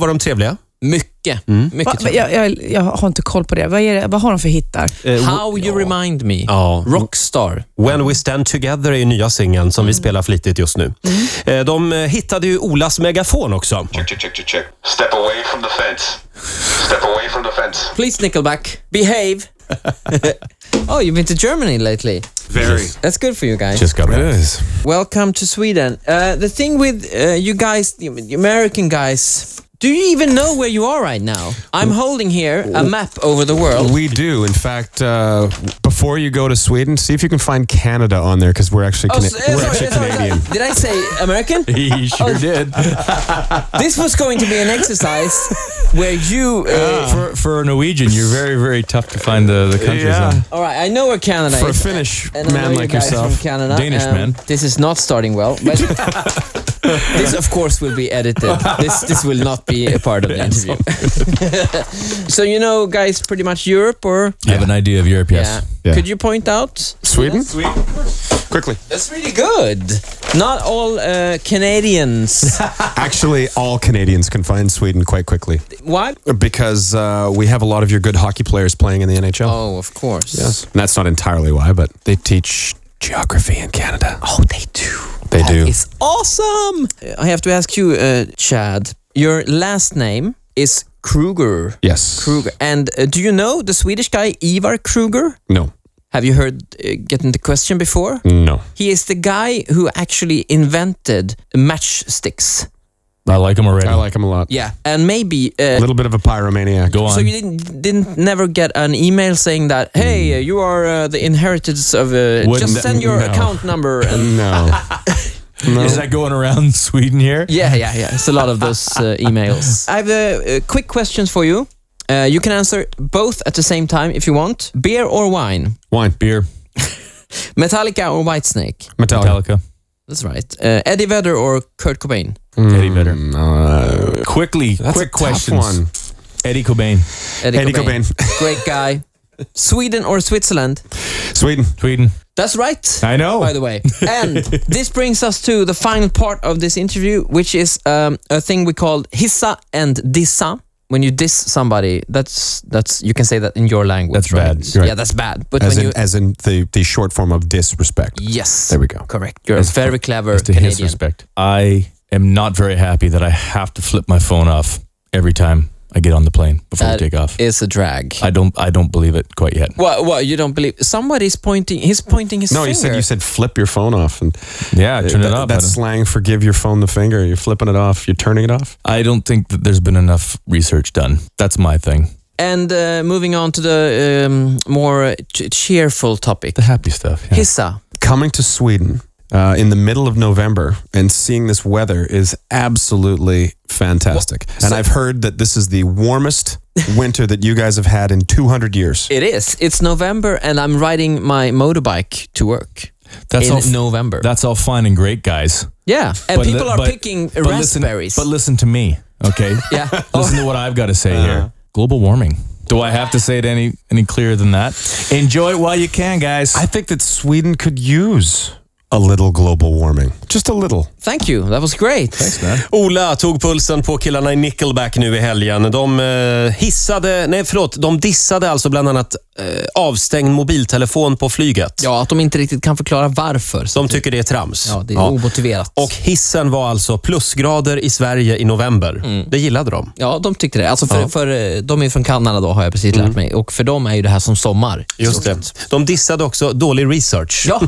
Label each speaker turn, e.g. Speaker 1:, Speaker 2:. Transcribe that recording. Speaker 1: var de trevliga?
Speaker 2: Mycket.
Speaker 3: Va,
Speaker 4: Mm.
Speaker 2: mycket
Speaker 3: va-
Speaker 2: trevligt.
Speaker 3: jag, jag, jag har inte koll på det. Vad, är det, vad har de för hittar?
Speaker 2: How you remind me.
Speaker 1: Ja.
Speaker 2: Rockstar.
Speaker 1: When We Stand Together är ju nya singeln som vi
Speaker 2: Mm.
Speaker 1: spelar flitigt just nu. Eh, De eh, hittade ju Olas megafon också.
Speaker 5: Check, check, check, check, check. Step away from the fence. Step away from the fence.
Speaker 2: Please Nickelback, behave. oh, you've been to Germany lately.
Speaker 5: Very.
Speaker 2: That's good for you guys.
Speaker 1: Just got it.
Speaker 2: Welcome to Sweden. Uh, the thing with uh, you guys, the the American guys, do you even know where you are right now? I'm holding here a map over the world.
Speaker 4: We do. In fact, uh, before you go to Sweden, see if you can find Canada on there because we're actually,
Speaker 2: Oh,
Speaker 4: Cana-
Speaker 2: s- uh,
Speaker 4: we're
Speaker 2: sorry,
Speaker 4: actually
Speaker 2: sorry, sorry.
Speaker 4: Canadian.
Speaker 2: Did I say American? Oh.
Speaker 4: He sure did.
Speaker 2: this was going to be an exercise where you. Uh,
Speaker 4: Ah.
Speaker 6: For, for a Norwegian, you're very, very tough to find the, the countries
Speaker 4: Yeah.
Speaker 2: all right, I know where Canada
Speaker 4: For a
Speaker 2: is.
Speaker 4: Finnish
Speaker 2: And I know
Speaker 4: man
Speaker 2: you
Speaker 4: like
Speaker 2: guys
Speaker 4: yourself.
Speaker 2: From Canada. um,
Speaker 6: Danish man.
Speaker 2: This is not starting well, but this, of course, will be edited. This this will not be a part of the interview. so you know, guys, pretty much Europe or
Speaker 6: I have an idea of Europe, yes.
Speaker 4: Yeah.
Speaker 2: Could you point out?
Speaker 4: Sweden? Quickly.
Speaker 2: That's really good. Not all uh, Canadians.
Speaker 4: Actually, all Canadians can find Sweden quite quickly
Speaker 2: Why?
Speaker 4: because uh, we have a lot of your good hockey players playing in the NHL.
Speaker 2: Oh, of course.
Speaker 4: Yes. And that's not entirely why, but they teach geography in Canada.
Speaker 2: Oh, they do.
Speaker 4: They do.
Speaker 2: It's awesome. I have to ask you, uh, Chad. Your last name is Kruger.
Speaker 4: Yes.
Speaker 2: Kruger. And uh, do you know the Swedish guy Ivar Kruger?
Speaker 4: No.
Speaker 2: Have you heard uh, getting the question before?
Speaker 4: No.
Speaker 2: He is the guy who actually invented matchsticks.
Speaker 6: I like them already.
Speaker 4: I like him a lot.
Speaker 2: Yeah, and maybe
Speaker 4: A
Speaker 2: uh,
Speaker 4: little bit of a pyromaniac.
Speaker 6: Go on.
Speaker 2: so you didn't, didn't never get an email saying that hey uh, you are uh, the inheritance of uh,
Speaker 6: Wouldn't
Speaker 2: just
Speaker 6: that-
Speaker 2: send your
Speaker 6: no.
Speaker 2: account number and
Speaker 4: No.
Speaker 6: Is that going around Sweden here?
Speaker 2: Yeah, yeah, yeah. It's a lot of those uh, emails. I have uh, uh, quick questions for you. Uh, you can answer both at the same time if you want. Beer or wine?
Speaker 4: Wine.
Speaker 6: Beer,
Speaker 2: Metallica or Whitesnake?
Speaker 4: Metallica.
Speaker 6: Metallica,
Speaker 2: That's right. Uh, Eddie Vedder or Kurt Cobain?
Speaker 6: Eddie Vedder.
Speaker 4: Mm, Uh,
Speaker 6: Quickly,
Speaker 4: that's
Speaker 6: quick
Speaker 4: a tough
Speaker 6: questions.
Speaker 4: one.
Speaker 6: Eddie Cobain,
Speaker 4: Eddie Cobain.
Speaker 2: Great guy. Sweden or Switzerland?
Speaker 4: Sweden.
Speaker 6: Sweden.
Speaker 2: That's right.
Speaker 4: I know.
Speaker 2: By the way. And this brings us to the final part of this interview, which is um, a thing we call hissa and dissa. When you diss somebody, that's that's you can say that in your language.
Speaker 6: That's bad.
Speaker 2: right? Yeah, that's bad. But
Speaker 4: As
Speaker 2: when you
Speaker 4: in, as in the, the short form of disrespect.
Speaker 2: Yes.
Speaker 4: There we go.
Speaker 2: Correct. You're a very clever
Speaker 6: to
Speaker 2: Canadian.
Speaker 6: his respect. I am not very happy that I have to flip my phone off every time I get on the plane before
Speaker 2: That
Speaker 6: we take off.
Speaker 2: Is a drag.
Speaker 6: I don't I don't believe it quite yet.
Speaker 2: What? What? You don't believe? Somebody's pointing. He's pointing his
Speaker 4: No,
Speaker 2: finger.
Speaker 4: you said you said flip your phone off, and
Speaker 6: Yeah, turn
Speaker 4: that-
Speaker 6: it off. I
Speaker 4: That's
Speaker 2: uh,
Speaker 6: don't-
Speaker 4: slang for give your phone the finger. You're flipping it off. You're turning it off.
Speaker 6: I don't think that there's been enough research done. That's my thing.
Speaker 2: And uh, moving on to the um, more ch- cheerful topic.
Speaker 6: The happy stuff. yeah.
Speaker 2: Hissa.
Speaker 4: Coming to Sweden uh, in the middle of November and seeing this weather is absolutely fantastic. and I've heard that this is the warmest winter that you guys have had in 200 years.
Speaker 2: It is. It's November, and I'm riding my motorbike to work.
Speaker 6: That's
Speaker 2: in
Speaker 6: all f-
Speaker 2: November.
Speaker 6: That's all fine and great, guys.
Speaker 2: yeah, and
Speaker 6: But li-
Speaker 2: people are
Speaker 6: but-
Speaker 2: picking
Speaker 6: but listen-
Speaker 2: raspberries.
Speaker 6: but listen to me, okay?
Speaker 2: yeah. Uh-huh.
Speaker 6: Listen to what I've got to say here. Global warming. Do I have to say it any any clearer than that? Enjoy it while you can, guys.
Speaker 4: I think that Sweden could use a little global warming, just a little.
Speaker 2: Thank you. That was great.
Speaker 1: Ola tog pulsen på killarna i Nickelback nu i helgen. De eh, hissade, nej förlåt, de dissade alltså bland annat eh, avstängd mobiltelefon på flyget.
Speaker 2: Ja, att de inte riktigt kan förklara varför.
Speaker 1: De tycker det är trams.
Speaker 2: Ja, det är omotiverat.
Speaker 1: Och hissen var alltså plusgrader i Sverige i november.
Speaker 2: Mm.
Speaker 1: Det gillade de.
Speaker 2: Ja, de tyckte det. Alltså för, för, eh, de är ju från Kanada då, har jag precis
Speaker 6: Mm.
Speaker 2: lärt mig. Och för dem är ju det här som sommar.
Speaker 1: Just det. De dissade också dålig research.
Speaker 2: Ja,